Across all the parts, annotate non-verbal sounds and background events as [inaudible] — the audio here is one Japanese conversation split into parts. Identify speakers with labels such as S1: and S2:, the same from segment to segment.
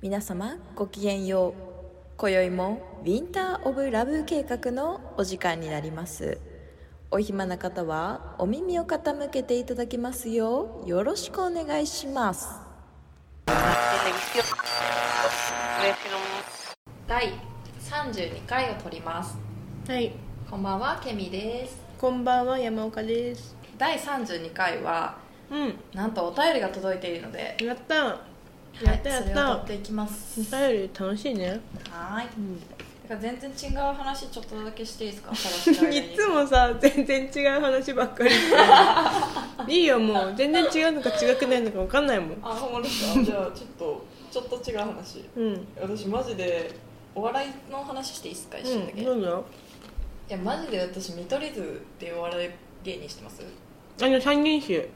S1: 皆様ごきげんよう今宵もウィンター・オブ・ラブ計画のお時間になりますお暇な方はお耳を傾けていただきますようよろしくお願いします
S2: televisión. Vecino.
S1: 第32回を撮ります
S3: はい、
S1: こんばんはケミです
S3: こんばんは山岡です。
S1: 第32回は
S3: うん、
S1: なんとお便りが届いているので
S3: やった、やったやっ
S1: それを撮って
S3: た。
S1: いきます
S3: お便り楽しいね。
S1: はい
S3: うん、
S1: だから全然違う話ちょっとだけしていい
S3: [laughs]
S1: ですか探してる間に
S3: [laughs] いつもさ全然違う話ばっかりしてる。 [laughs] いいよもう全然違うのか違くないのかわかんないもん。
S1: あほんまです
S3: [laughs]
S1: かじゃあちょっとちょっと違う話
S3: うん、
S1: 私マジでお笑いの話していいですか一瞬だ
S3: う
S1: け、
S3: ん、ど
S1: いう
S3: ぞ。
S1: やマジで私見取り図っていうお笑い芸人してます
S3: あの三人衆。
S1: 違い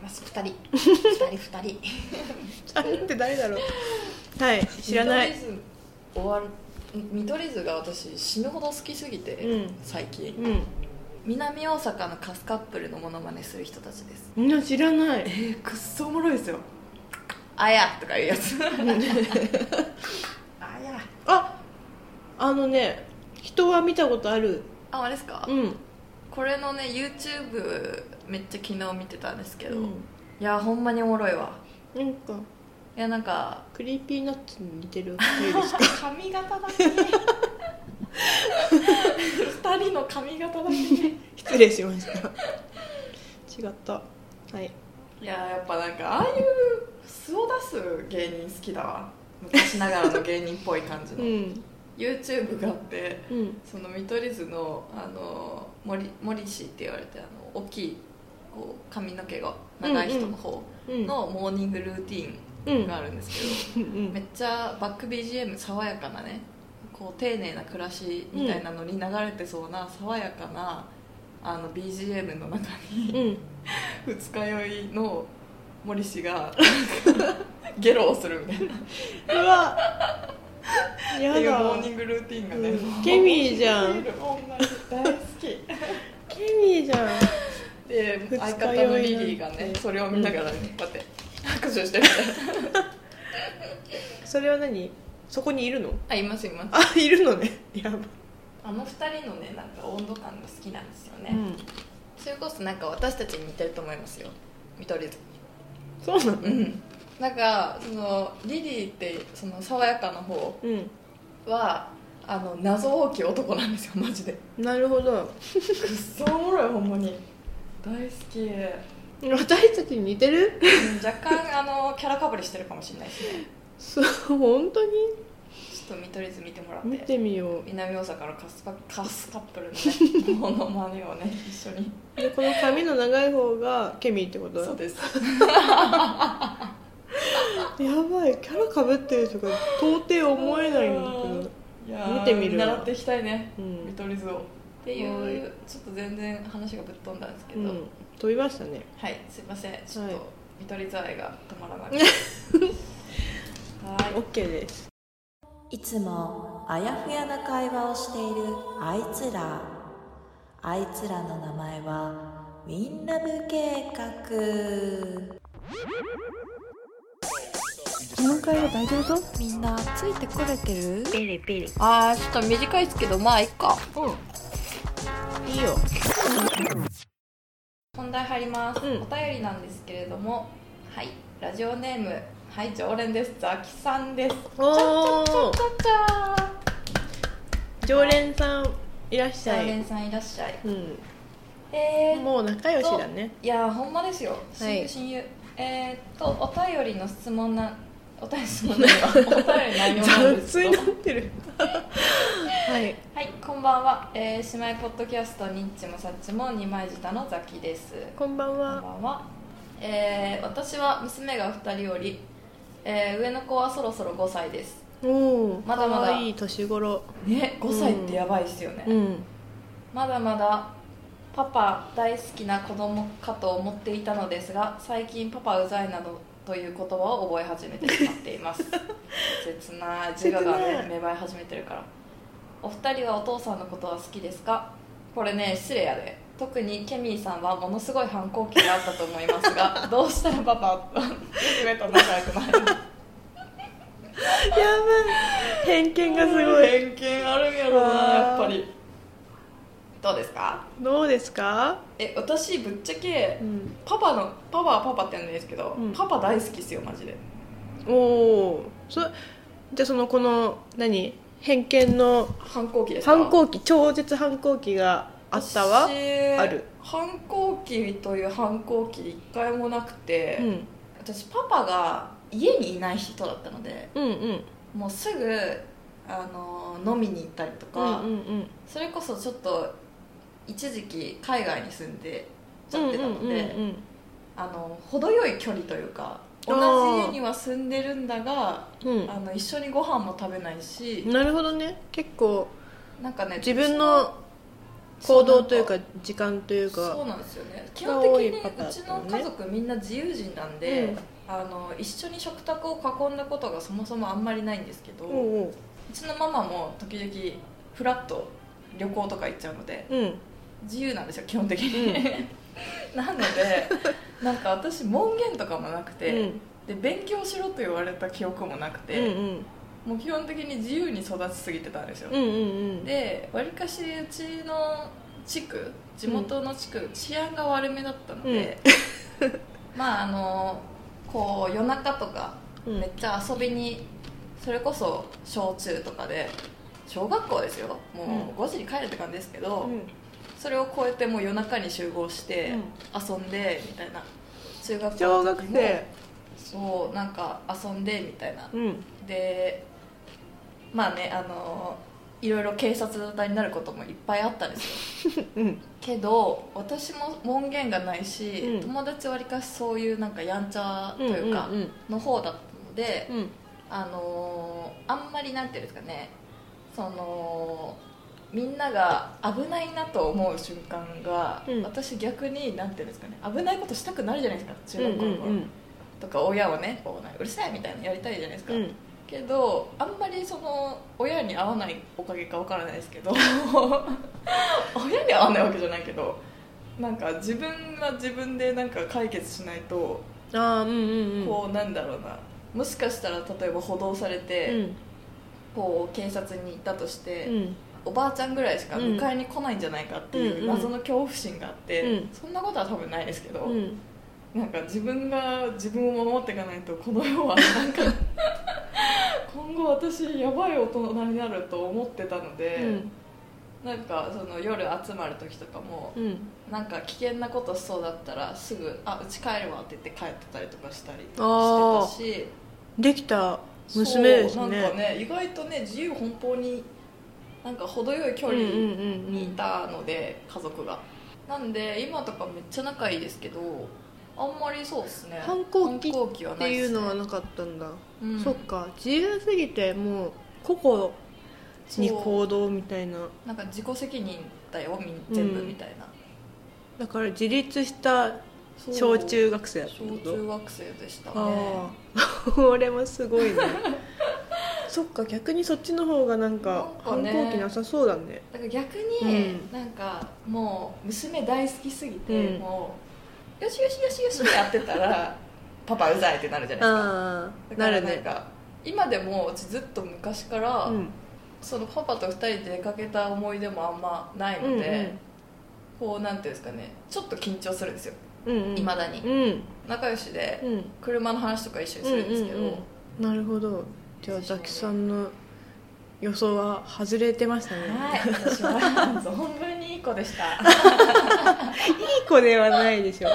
S1: ます2人2 [laughs] 人2人
S3: 三人って誰だろう。はい、知らない。
S1: 見取り図おわ見取り図が私死ぬほど好きすぎて、
S3: うん
S1: 最近、
S3: うん、
S1: 南大阪のカスカップルのモノマネする人たちです
S3: みんな知らない。
S1: えー、くっそおもろいですよあやとかいうや [laughs] つあや
S3: あ、あのね、人は見たことある。
S1: ああれですか、
S3: うん、
S1: これのね YouTube めっちゃ昨日見てたんですけ
S3: う
S1: ど、い
S3: ん、
S1: やほんまにおもろいわ
S3: なんか
S1: いやなんか
S3: クリーピーナッツに似て [laughs] る。いいですか。
S1: 髪型だけ二人の髪型だけね
S3: 失礼しました違ったはい
S1: いややっぱなんかああいう素を出す芸人好きだわ昔ながらの芸人っぽい感じ
S3: う
S1: の、
S3: ん
S1: YouTube があって
S3: うん
S1: その見取り図のあの森森氏って言われてあの大きいこう髪の毛が長い人の方
S3: うん
S1: のモーニングルーティ
S3: う
S1: ーン
S3: ん
S1: があるんですけど、
S3: う
S1: めっ
S3: ん
S1: ちゃバック BGM 爽やかなねこう丁寧な暮らしみたいなのに流れてそうな爽やかなあの BGM の中に
S3: うん
S1: 二日酔いの森氏がゲロをするみたいなっ
S3: うわ
S1: て
S3: や
S1: いうモ
S3: だ
S1: ーニングルーティンがね、
S3: うんケミー
S1: [laughs]
S3: じゃん
S1: 面白すぎる女大好き
S3: ケミーじゃん
S1: で
S3: 二
S1: 相
S3: 日
S1: 方の
S3: 酔い
S1: リリ
S3: なん
S1: ー
S3: て
S1: がねそれを見ながらね、こうやって拍手してるみたいな
S3: それは何そこにいるの
S1: [laughs] あいますいます
S3: あいるのねやば
S1: あの二人のねなんか温度感が好きなんですよね、
S3: うん
S1: それこそなんか私たちに似てると思いますよ見取り図
S3: そうなの
S1: うんなんかそのリリーってその爽やかな方
S3: うん
S1: はあの謎大きい男なんですよマジでく
S3: なるほど
S1: っそおもろいほんまに大好きうん
S3: 私たちに似てる
S1: 若干あのキャラかぶりしてるかもしれないですね
S3: そう本当に
S1: ちょっと見取り図見てもらっ
S3: 見
S1: て
S3: てみよ
S1: 南大阪のカスカカスカップルのねモノマネをね一緒に
S3: うでこの髪の長い方がケミーってこと
S1: そうです
S3: やばいキャラかぶってるとか到底思えないんだけど
S1: いやー
S3: 見てみるわ
S1: 習っていきたいね
S3: うん
S1: 見取り図をっていうちょっと全然話がぶっ飛んだんですけ
S3: う
S1: ど、
S3: ん飛びましたね
S1: はい、すいません、ちょっと、
S3: はい
S1: 見取り図愛が止まら
S3: [laughs]
S1: なくて。は
S3: OK です
S1: い。いつもあやふやな会話をしているあいつら。あいつらの名前はウィンラブ計画。
S3: この会話大丈夫そう
S1: みんなついてこれてる？
S3: ピリピリ
S1: ああ、ちょっと短いですけど、まあいっか。
S3: うんいいよ
S1: 本題入ります、
S3: うん
S1: お便りなんですけれども、はい、ラジオネーム、はい常連です、ザキさんです。
S3: おお
S1: チャチャー。
S3: 常連さんいらっし
S1: 常
S3: ゃい、
S1: 連さんいらっしゃい。
S3: う
S1: えー
S3: ん、もう仲良しだね
S1: いやーほんまですよ
S3: は
S1: 親
S3: い
S1: 友親友、えー、っとお便りの質問なお便り質
S3: [laughs]
S1: 問なお便りの内容なんです
S3: 雑に
S1: け
S3: な
S1: ど
S3: ってるはい
S1: はいこんばんは、えー、姉妹ポッドキャストニッチもサッチも二枚舌のザキです
S3: こんばん
S1: こんば
S3: は
S1: んは、えー、私は娘が二人より、えー、上の子はそろそろ5歳です
S3: おお
S1: まだまだ
S3: いい年頃
S1: ね5歳ってやばいですよね、
S3: うん
S1: まだまだパパ大好きな子供かと思っていたのですが最近パパうざいなどという言葉を覚え始めてしまっています
S3: [laughs]
S1: 切ない自我が、
S3: 切な
S1: ね
S3: い、
S1: 芽生え始めてるからお二人はお父さんのことは好きですかこれね失礼やで特にケミーさんはものすごい反抗期があったと
S3: [laughs]
S1: 思いますがどうしたらパパは娘と仲良くなれる
S3: ばい偏見がすごい
S1: 偏見あるんやろなやっぱりどうですか
S3: どうですか
S1: え私ぶっちゃけ
S3: うん
S1: パパのパパはパパって言うんですけど、
S3: うん
S1: パパ大好きっすよマジで
S3: おおそじゃあそのこの何偏見の
S1: 反抗期ですか
S3: 反抗期超絶反抗期があったわ
S1: 私
S3: ある
S1: 反抗期という反抗期一回もなくて、
S3: うん
S1: 私パパが家にいない人だったので
S3: うんうん
S1: もうすぐあの飲みに行ったりと
S3: う
S1: か、
S3: んうん
S1: それこそちょっと一時期海外に住んでち
S3: うん
S1: ゃってたので、
S3: うん
S1: あの程よい距離というか
S3: あ
S1: 同
S3: ー
S1: じ家には住んでるんだが
S3: うんうん
S1: あの一緒にご飯も食べないし
S3: うんなるほどね結構
S1: なんかね
S3: 自分の行動というか
S1: そ
S3: 時間という
S1: そう
S3: か
S1: なんですよね基
S3: が
S1: 本
S3: 多
S1: 的
S3: い
S1: に
S3: パターン
S1: うちの家族みんな自由人なんで、
S3: うん
S1: あの一緒に食卓を囲んだことがそもそもあんまりないんですけど、
S3: う
S1: うんちのママも時々フラッと旅行とか行っちゃうので
S3: うん
S1: 自由なんですよ基本的に、 [laughs] なのでなんか私門限とかもなく
S3: う
S1: て、
S3: ん
S1: で勉強しろと言われた記憶もなく
S3: うんう
S1: て、
S3: ん
S1: もう基本的に自由に育ちすぎてたんですよ、
S3: うんうんうん
S1: でわりかしうちの地区地元の地区、治安が悪めだったので、 [laughs] まああのこう夜中とか
S3: うん
S1: めっちゃ遊びにそれこそ小中とかで小学校ですよもう5時に帰るって感じですけど、
S3: うん
S1: それを超えてもう夜中に集合して
S3: うん
S1: 遊んでみたいな中学校
S3: 小
S1: の
S3: 学
S1: 時も
S3: 生
S1: そうなんか遊んでみたいな
S3: うん
S1: でまあねあのいろいろ警察沙汰になることもいっぱいあったんですよ
S3: うん
S1: けど私も門限がないし、
S3: うん
S1: 友達わりかしそういうなんかやんちゃと
S3: うん
S1: いうか
S3: うん
S1: の方だったので、
S3: うん
S1: あのーあんまりなんていうんですかねそのみんなが危ないなと思う瞬間が、
S3: うん
S1: 私逆になんていうんですかね危ないことしたくなるじゃないですか
S3: う
S1: 中学
S3: んう
S1: 校の
S3: ん
S1: 頃、
S3: うん
S1: とか親をねこうなんかうるさいみたいなのやりたいじゃないですか、
S3: うん
S1: けどあんまりその親に合わないおかげかわからないですけど [laughs] 親に合わないわけじゃないけどなんか自分は自分でなんか解決しないと、
S3: ああうんうんうん
S1: こうなんだろうなもしかしたら例えば補導されて、
S3: うん
S1: こう警察に行ったとして、
S3: うん
S1: おばあちゃんぐらいしか迎えに来ないんじゃないかって
S3: うん
S1: い
S3: うん
S1: う謎の恐怖心があって、
S3: うん
S1: そんなことは多分ないですけど、
S3: うん
S1: なんか自分が自分を守っていかないとこの世はなん
S3: [laughs]
S1: か今後私やばい大人になると思ってたので、
S3: うん
S1: なんかその夜集まる時とかも、
S3: うん
S1: なんか危険なことしそうだったらすぐ「あうち帰るわ」って言って帰ってたりとかしたりして
S3: あ
S1: た
S3: ー
S1: し
S3: できた娘です
S1: そうなんか
S3: ね
S1: ね意外とね自由奔放になんか程よい距
S3: うんう
S1: 離
S3: ん
S1: にいたので、家族がなんで今とかめっちゃ仲いいですけどあんまりそうですね
S3: 反抗期
S1: 反抗期は
S3: っ
S1: な
S3: て
S1: い
S3: い
S1: っ
S3: う
S1: すね
S3: のはなかったんだ
S1: うん
S3: そっか自由すぎてもう個々に
S1: そう
S3: 行動みたいな
S1: なんか自己責任だよみん全部
S3: うん
S1: みたいな、
S3: だから自立した
S1: そう
S3: 小中学生だった
S1: 小中学生でしたね
S3: ああこれもすごいねそっか逆にそっちの方がなんか
S1: なんか
S3: 反
S1: ね
S3: 抗期なさそうだね
S1: だから逆に、
S3: うん
S1: なんかもう娘大好きすぎて、
S3: うん
S1: もうよしよしよしよしってやってた
S3: [laughs]
S1: らパパうざいってなるじゃないですか
S3: ああ
S1: だ
S3: な
S1: から
S3: る
S1: なん
S3: ね
S1: か今でもうちずっと昔から、
S3: うん
S1: そのパパと2人で出かけた思い出もあんまない
S3: うん
S1: ので、こうなんていうんですかねちょっと緊張するんですよ
S3: うんうん
S1: いま、だに
S3: うん
S1: 仲良しで
S3: うん
S1: 車の話とか一緒にするんですけど、
S3: うんうんうんなるほどじゃあザキさんの予想は外れてましたね、
S1: はい私 [laughs] は存分にいい子でした
S3: いい子ではないでしょ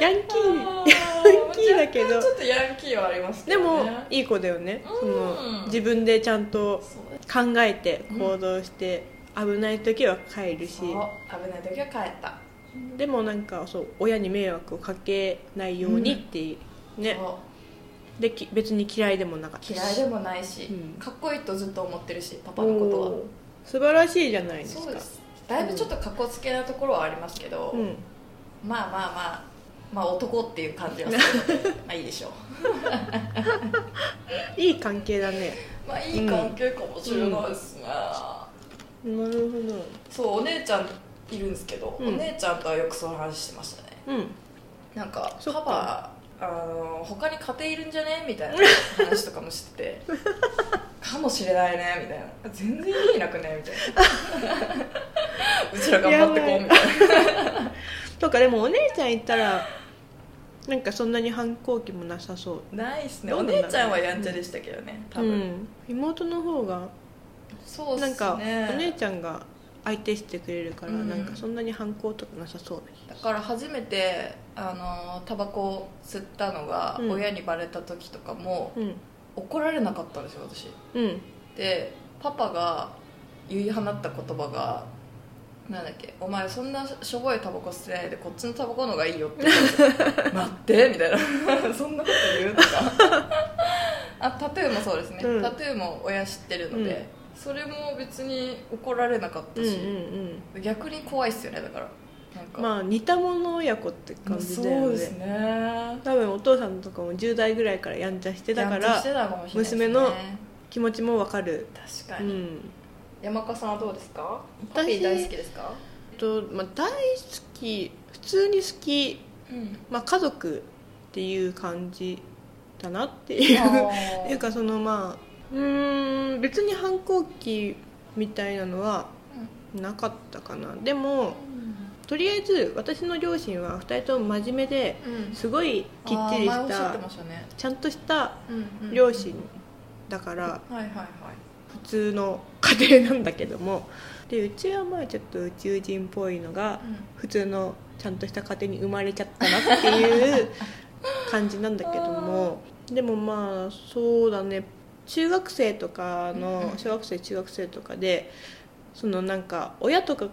S3: ヤンキー
S1: ヤ
S3: ンキーだけど
S1: ちょっとヤンキーはありますけ
S3: で
S1: ど、
S3: も
S1: ね、
S3: いい子だよね、そ
S1: うん
S3: の自分でちゃんと
S1: そう
S3: 考えて行動して、危ない時は帰るし
S1: そう危ない時は帰った
S3: でもなんかそう親に迷惑をかけないようにっていう、ね
S1: そ
S3: でき別に嫌いでもなかった
S1: う嫌いでもないし、
S3: うん
S1: かっこいいとずっと思ってるしパパ
S3: お
S1: のことは
S3: ー素晴らしいじゃないですか
S1: そうですだいぶちょっとかっこつけなところはありますけど、
S3: うん、
S1: まあまあまあまあ男っていう感じはするのでまあいいでしょう
S3: いい関係だね
S1: [laughs] まあいい関係かもしれないですね、
S3: なるほど
S1: そうお姉ちゃんいるんですけど、
S3: うん
S1: お姉ちゃんとはよくその話してましたね
S3: うん
S1: なんか
S3: そっ
S1: パ
S3: か
S1: パあの他に家庭いるんじゃねみたい [laughs] な話とかもしててかもしれないねみたいな全然意味なくねみたい [laughs] なうちら頑張ってこうみたいな
S3: とかでもお姉ちゃん行ったらなんかそんなに反抗期もなさそう
S1: ないっすね
S3: ど
S1: お
S3: うなんだろう
S1: 姉ちゃんはやんちゃでしたけどね多分、
S3: うん、妹の方が
S1: そうっすね
S3: なんかお姉ちゃんが相手してくれるから、
S1: うん
S3: なんかそんなに反抗とかなさそう
S1: だから初めてあのタバコを吸ったのが
S3: うん
S1: 親にバレた時とかも、
S3: うん
S1: 怒られなかったんですよ私
S3: うん
S1: でパパが言い放った言葉がなんだっけお前そんなしょぼいタバコ吸ってないでこっちのタバコの方がいいよって
S3: [laughs]
S1: 待ってみたいな [laughs] そんなこと言うとかあタトゥーもそうですね、
S3: うん
S1: タトゥーも親知ってるので、
S3: うん
S1: それも別に怒られなかっ
S3: う
S1: た
S3: んうんう
S1: し、
S3: ん
S1: 逆に怖いっすよねだからなんか、
S3: まあ似た者親子って感じだ
S1: そ
S3: よ
S1: うで
S3: ね
S1: すね
S3: 多分お父さんとかも10代ぐらいからやんちゃしてた
S1: や
S3: か
S1: んちゃし
S3: ら
S1: てたかもしれないですね
S3: 娘の気持ちもわかる、
S1: 確か
S3: う
S1: に、
S3: ん
S1: 山岡さんはどうですか
S3: 私
S1: パピー大好きですか
S3: と、まあ、大好き普通に好き、
S1: うん
S3: まあ、家族っていう感じだな [laughs] っていうっていうかそのまあうーん別に反抗期みたいなのはなかったかなでもとりあえず私の両親は2人とも真面目で
S1: うん
S3: すごいきっちり
S1: あー前お
S3: し
S1: っゃったてましたね
S3: ちゃんとした
S1: うんうん
S3: 両親だから
S1: はいはいはい
S3: 普通の家庭なんだけどもでうちはまあちょっと宇宙人っぽいのが普通のちゃんとした家庭に生まれちゃったなっていう
S1: [laughs]
S3: 感じなんだけどもでもまあそうだね中学生とか
S1: うん
S3: の
S1: うん
S3: 小学生中学生とかでそのなんか親とか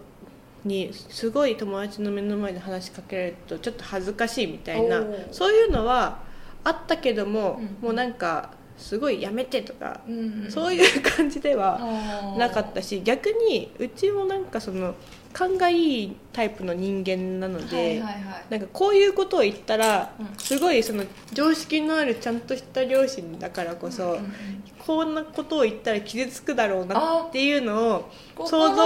S3: にすごい友達の目の前で話しかけられるとちょっと恥ずかしいみたいな
S1: おー
S3: そういうのはあったけども、
S1: うんうん
S3: もうなんかすごいやめてとか、
S1: うん
S3: そう
S1: い
S3: いう感じでは
S1: う
S3: なかったし逆にうちもなんかその勘がいいタイプの人間なので、
S1: はいはいはい
S3: なんかこういうことを言ったら、
S1: うん
S3: すごいその常識のあるちゃんとした両親だからこそ、
S1: うんうん
S3: こんなことを言ったら傷つくだろうなっていうのを
S1: 心
S3: 想像
S1: が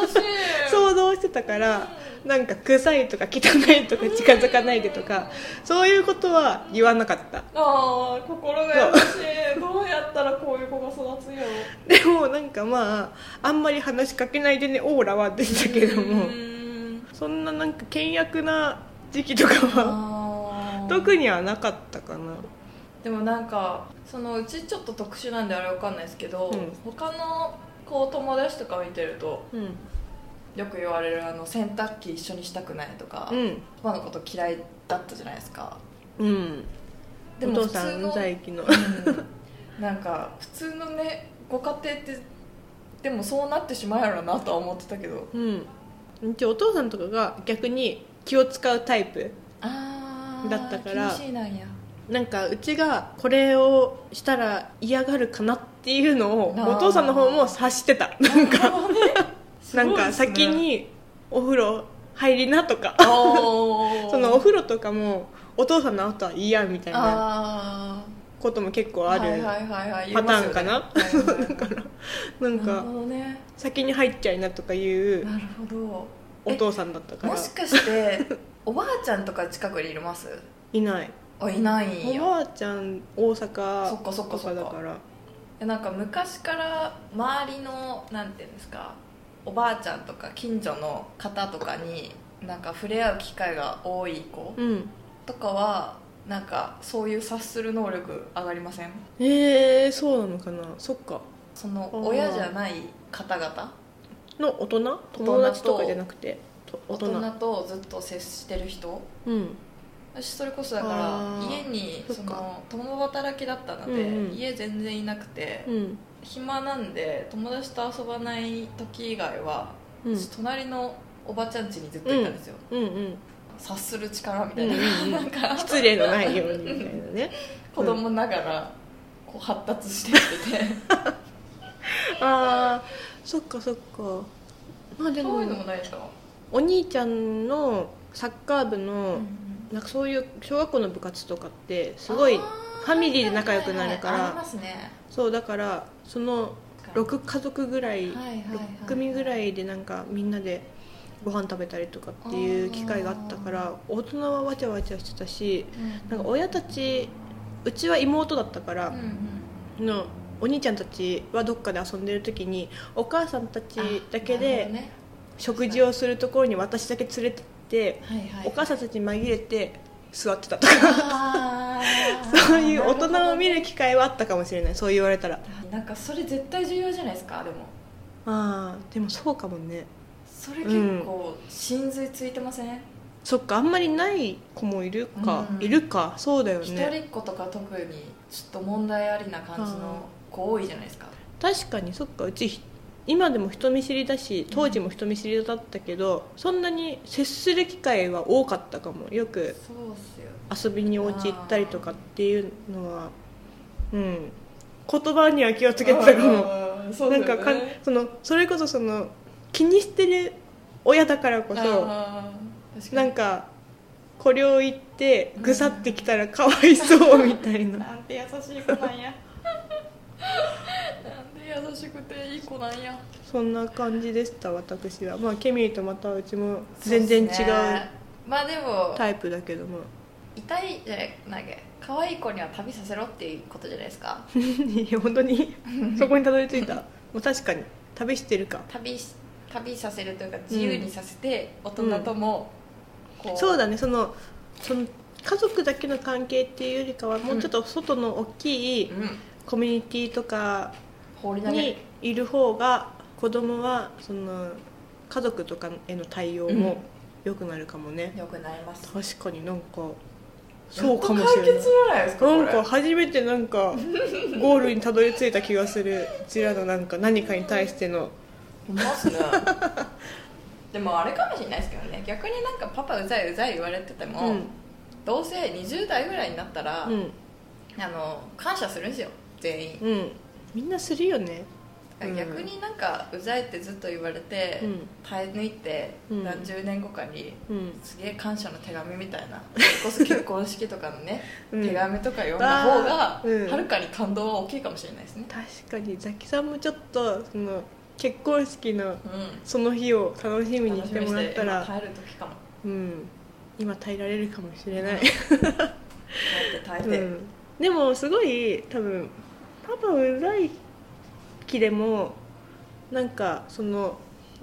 S1: 優しい
S3: 想像してたから、なんか臭いとか汚いとか近づかないでとか、そういうことは言わなかった
S1: ああ心が優しいどうやったらこういう子が育つよ
S3: でもなんかまああんまり話しかけないでねオーラは出てたけども、
S1: うん
S3: そんななんか倹約な時期とかは
S1: あー
S3: [laughs] 特にはなかったかな
S1: でもなんかそのうちちょっと特殊なんであれわかんないですけど、
S3: うん
S1: 他のこう友達とか見てると
S3: うん
S1: よく言われるあの洗濯機一緒にしたくないとか、
S3: うん
S1: パパのこと嫌いだったじゃないですか
S3: うんお父さんうざい昨日
S1: うんなんか普通のねご家庭ってでもそうなってしまうやろなとは思ってたけど
S3: うんうちお父さんとかが逆に気を使うタイプ
S1: あ
S3: ーだったから
S1: 厳しいなんや
S3: なんかうちがこれをしたら嫌がるかなっていうのを
S1: あー
S3: お父さんの方も察してたなんかなんか先にお風呂入りなとか [laughs] そ
S1: そ
S3: のお風呂とかもお父さんの後は嫌みたいな
S1: あ
S3: ことも結構
S1: あ
S3: あ
S1: はい
S3: る
S1: はいはいはい
S3: パターンかな
S1: 言いますよねはいはいはい
S3: な
S1: な
S3: ん
S1: る
S3: か
S1: ほどね
S3: 先に入っちゃいなとかいう
S1: なるほど
S3: お父さんだったか
S1: も
S3: ら
S1: しかして
S3: [laughs]
S1: おばあちゃんとか近くにいます
S3: いない
S1: あいないん
S3: お
S1: よ
S3: ばあちゃん大
S1: そっ
S3: 阪
S1: かそっか
S3: と
S1: そ
S3: か
S1: っ
S3: だ
S1: か
S3: から
S1: えなんか昔から周りのなんていうんですかおばあちゃんとか近所の方とかになんか触れ合う機会が多い子
S3: うん
S1: とかはなんかそういう察する能力上がりません
S3: えー、そうなのかなそっか
S1: その親じゃない方々
S3: の大人友達とかじゃなくてと大
S1: 大
S3: 人
S1: 人とずっと接してる人
S3: うん
S1: 私それこそだから
S3: あー
S1: 家に
S3: そ
S1: そ
S3: っか
S1: の共働きだったので、
S3: うんうん
S1: 家全然いなくて、
S3: うん
S1: 暇なんで友達と遊ばない時以外は、
S3: うん
S1: 私隣のおばちゃん家にずっといたんですよ、
S3: うんうん
S1: 察する力み
S3: う
S1: たい
S3: ん
S1: な,、[laughs] な
S3: うん
S1: んか
S3: 失礼のないようにみたいなね
S1: 子供ながらこう発達してってて、
S3: あーそっかそっかまあで
S1: そ
S3: も
S1: ういうのもないですか、
S3: お兄ちゃんのサッカー部
S1: う
S3: の、
S1: ん
S3: なんかそういう小学校の部活とかってすごいファミリーで仲良くなるから
S1: はいはいはいありますね
S3: そうだからその6家族ぐらい
S1: はいはいはい
S3: 6組ぐらいでなんかみんなでご飯食べたりとかっていう機会があったから大人はわちゃわちゃしてたしなんか親たちうちは妹だったから、のお兄ちゃんたちはどっかで遊んでる時にお母さんたちだけで食事をするところに私だけ連れてって、お母さんたちに紛れて座ってたとか [laughs] そういう大人を見る機会はあったかもしれないそう言われたら
S1: なんかそれ絶対重要じゃないですかでも
S3: あーでもそうかもね
S1: それ結構真髄ついてません、
S3: そっかあんまりない子もいるか、
S1: うん
S3: いるかそうだよ
S1: 一
S3: ね
S1: 人っ子とか特にちょっと問題ありな感じの子多いじゃないですか
S3: 確かにそっかうちひ今でも人見知りだし当時も人見知りだったけど、そんなに接する機会は多かったかもよく
S1: そうっすよ
S3: 遊びにお家行ったりとかっていうのはうん言葉には気をつけてたかも
S1: もそう
S3: なんかかそのそれこそその気にしてる親だからこそ
S1: そ
S3: なん
S1: か
S3: かこれを言ってぐさってきたらかわいそうみたいな
S1: なんて優しい子なんや [laughs] なんで優しくていい子なんや
S3: そんな感じでした私はまあケミーとまたうちも全然違
S1: そうっすね
S3: う
S1: まあでも
S3: タイプだけども [laughs]
S1: 痛いじゃないけ可愛い子には旅させろっていうことじゃないです
S3: [laughs]
S1: か
S3: いや本
S1: [laughs]
S3: 当にそこにたどり着いたもう確かに旅してるか
S1: 旅し旅させるというか自由にさせて大人ともこ
S3: そう
S1: だ
S3: だねそのその家族だけの関係っていうよりかはもうちょっと外の大きい
S1: うん
S3: コミュニティとか
S1: 放り投げ
S3: にいる方が子供はその家族とかへの対応
S1: うん
S3: も良くなるかもね、
S1: よくなります
S3: 確かになんかそうかもしれ
S1: やっと解
S3: ない
S1: 決じゃないですか
S3: なん
S1: これ
S3: か初めてなんかゴールにたどり着いた気がするうちらのなんか何かに対しての
S1: ほんまっ
S3: [laughs]
S1: すねでもあれかもしれないですけどね逆になんかパパうざいうざい言われてても、
S3: うん
S1: どうせ20代ぐらいになったら、
S3: うん
S1: あの感謝するんですよ全員、
S3: うんみんなするよねうん
S1: 逆になんかうざいってずっと言われて、
S3: うん
S1: 耐え抜いて、
S3: うん
S1: 何十年後かに
S3: うん
S1: すげえ感謝の手紙みたいなそれこそ結婚式とかのね、
S3: [laughs] うん
S1: 手紙とか読んだ方が
S3: あーうん
S1: はるかに感動は大きいかもしれないですね
S3: 確かにザキさんもちょっとその結婚式の
S1: うん
S3: その日を楽しみに
S1: 楽
S3: し
S1: してみに
S3: もらっ
S1: して
S3: た
S1: 今
S3: ら
S1: 耐える時かも
S3: うん今耐えられるかも
S1: [laughs]
S3: しれない
S1: 耐えて
S3: う
S1: 耐えて、
S3: ん、でもすごい多分パパうざい気でもなんかその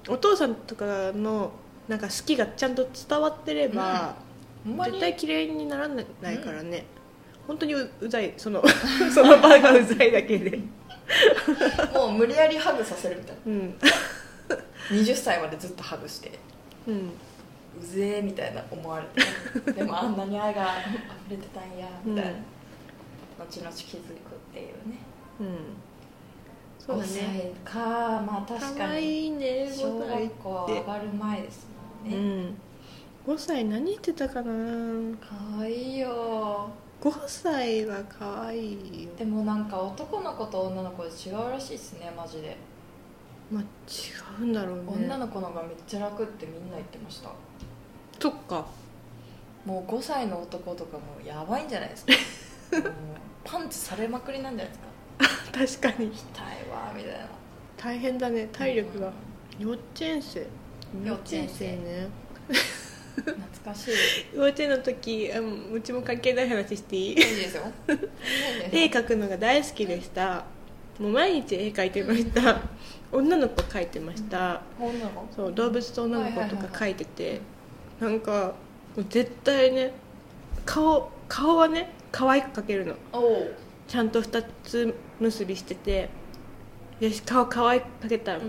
S3: お父さんとかのなんか好きがちゃんと伝わってれば、
S1: ほんまに
S3: 絶対嫌いにならないからね、本当にううざい [laughs] そのその場がうざいだけで
S1: もう無理やりハグさせるみたい
S3: うん、
S1: な20歳までずっとハグして
S3: うん、
S1: うぜえみたいな思われて
S3: [laughs]
S1: でもあんなに愛が溢れてたんやみたいな、
S3: うん
S1: 後々気づくっていうね
S3: うんそうだね
S1: 5歳かまあ確
S3: か
S1: か
S3: わ
S1: に
S3: いいね
S1: 小
S3: 5歳
S1: 学校上がる前ですもん
S3: う
S1: ね、
S3: ん5歳何言ってたかな5
S1: かわいいよ
S3: 歳は可愛いよ
S1: でもなんか男の子と女の子で違うらしいですねマジで、
S3: まあ違うんだろうね
S1: 女の子の方がめっちゃ楽ってみんな言ってました
S3: そっか [laughs]
S1: もう5歳の男とかもうやばいんじゃない
S3: [laughs]
S1: ですかもうパンチされまくりなんじゃないですか
S3: 確かに
S1: 痛いわみたいな
S3: 大変だね体力が
S1: うん、
S3: 幼稚園生
S1: 幼稚園生
S3: ね
S1: 懐かしい
S3: 幼稚園の時あうんうちも関係ない話していい
S1: いいです
S3: [laughs]
S1: よ
S3: 絵描くのが大好きでしたもう毎日絵描いてました女の子描いてました
S1: 女の子
S3: そう動物と女の子
S1: はい
S3: と
S1: はい
S3: か
S1: はい
S3: 描いててなんかもう絶対ね顔顔はね可愛く描けるの
S1: おお
S3: ちゃんと二つ結びしててよし顔可愛く描けたら
S1: う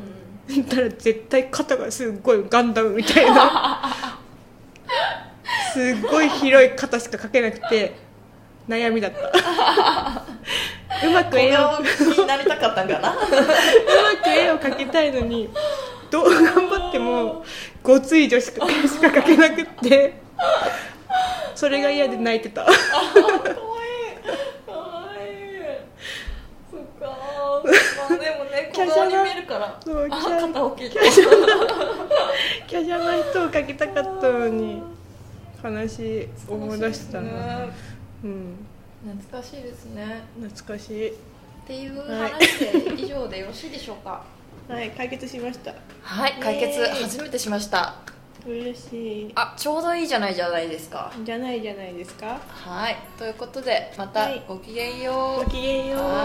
S1: ん
S3: だから絶対肩がすっごいガンダムみたいな
S1: [laughs]
S3: すっごい広い肩しか描けなくて悩みだったうまく
S1: 小
S3: 絵をうま
S1: 顔になりたかったんか
S3: [laughs]
S1: な
S3: く絵を描きたいのにどう頑張ってもごつい女子し
S1: [laughs]
S3: かしか描けなくってそれが嫌で泣いて
S1: [laughs]
S3: た
S1: かわいいかわいいそっかまあでもね
S3: 華
S1: 小
S3: 奢な
S1: 顔に見えるから
S3: そうキ
S1: あ
S3: ャ
S1: 肩大きいと
S3: キャシャな人を描きたかったのに悲しい思い出したな、
S1: ね
S3: うん
S1: 懐かしいですね
S3: 懐かしい
S1: っていう
S3: はい
S1: 話で以上でよろしいでしょうか
S3: はい解決しました
S1: はい
S3: 解決
S1: めてしました
S3: 嬉しい
S1: あちょうどいいじゃないじゃないですか
S3: じゃないじゃないですか
S1: はいということでまた
S3: はい
S1: ごきげんよう、
S3: ごきげんよう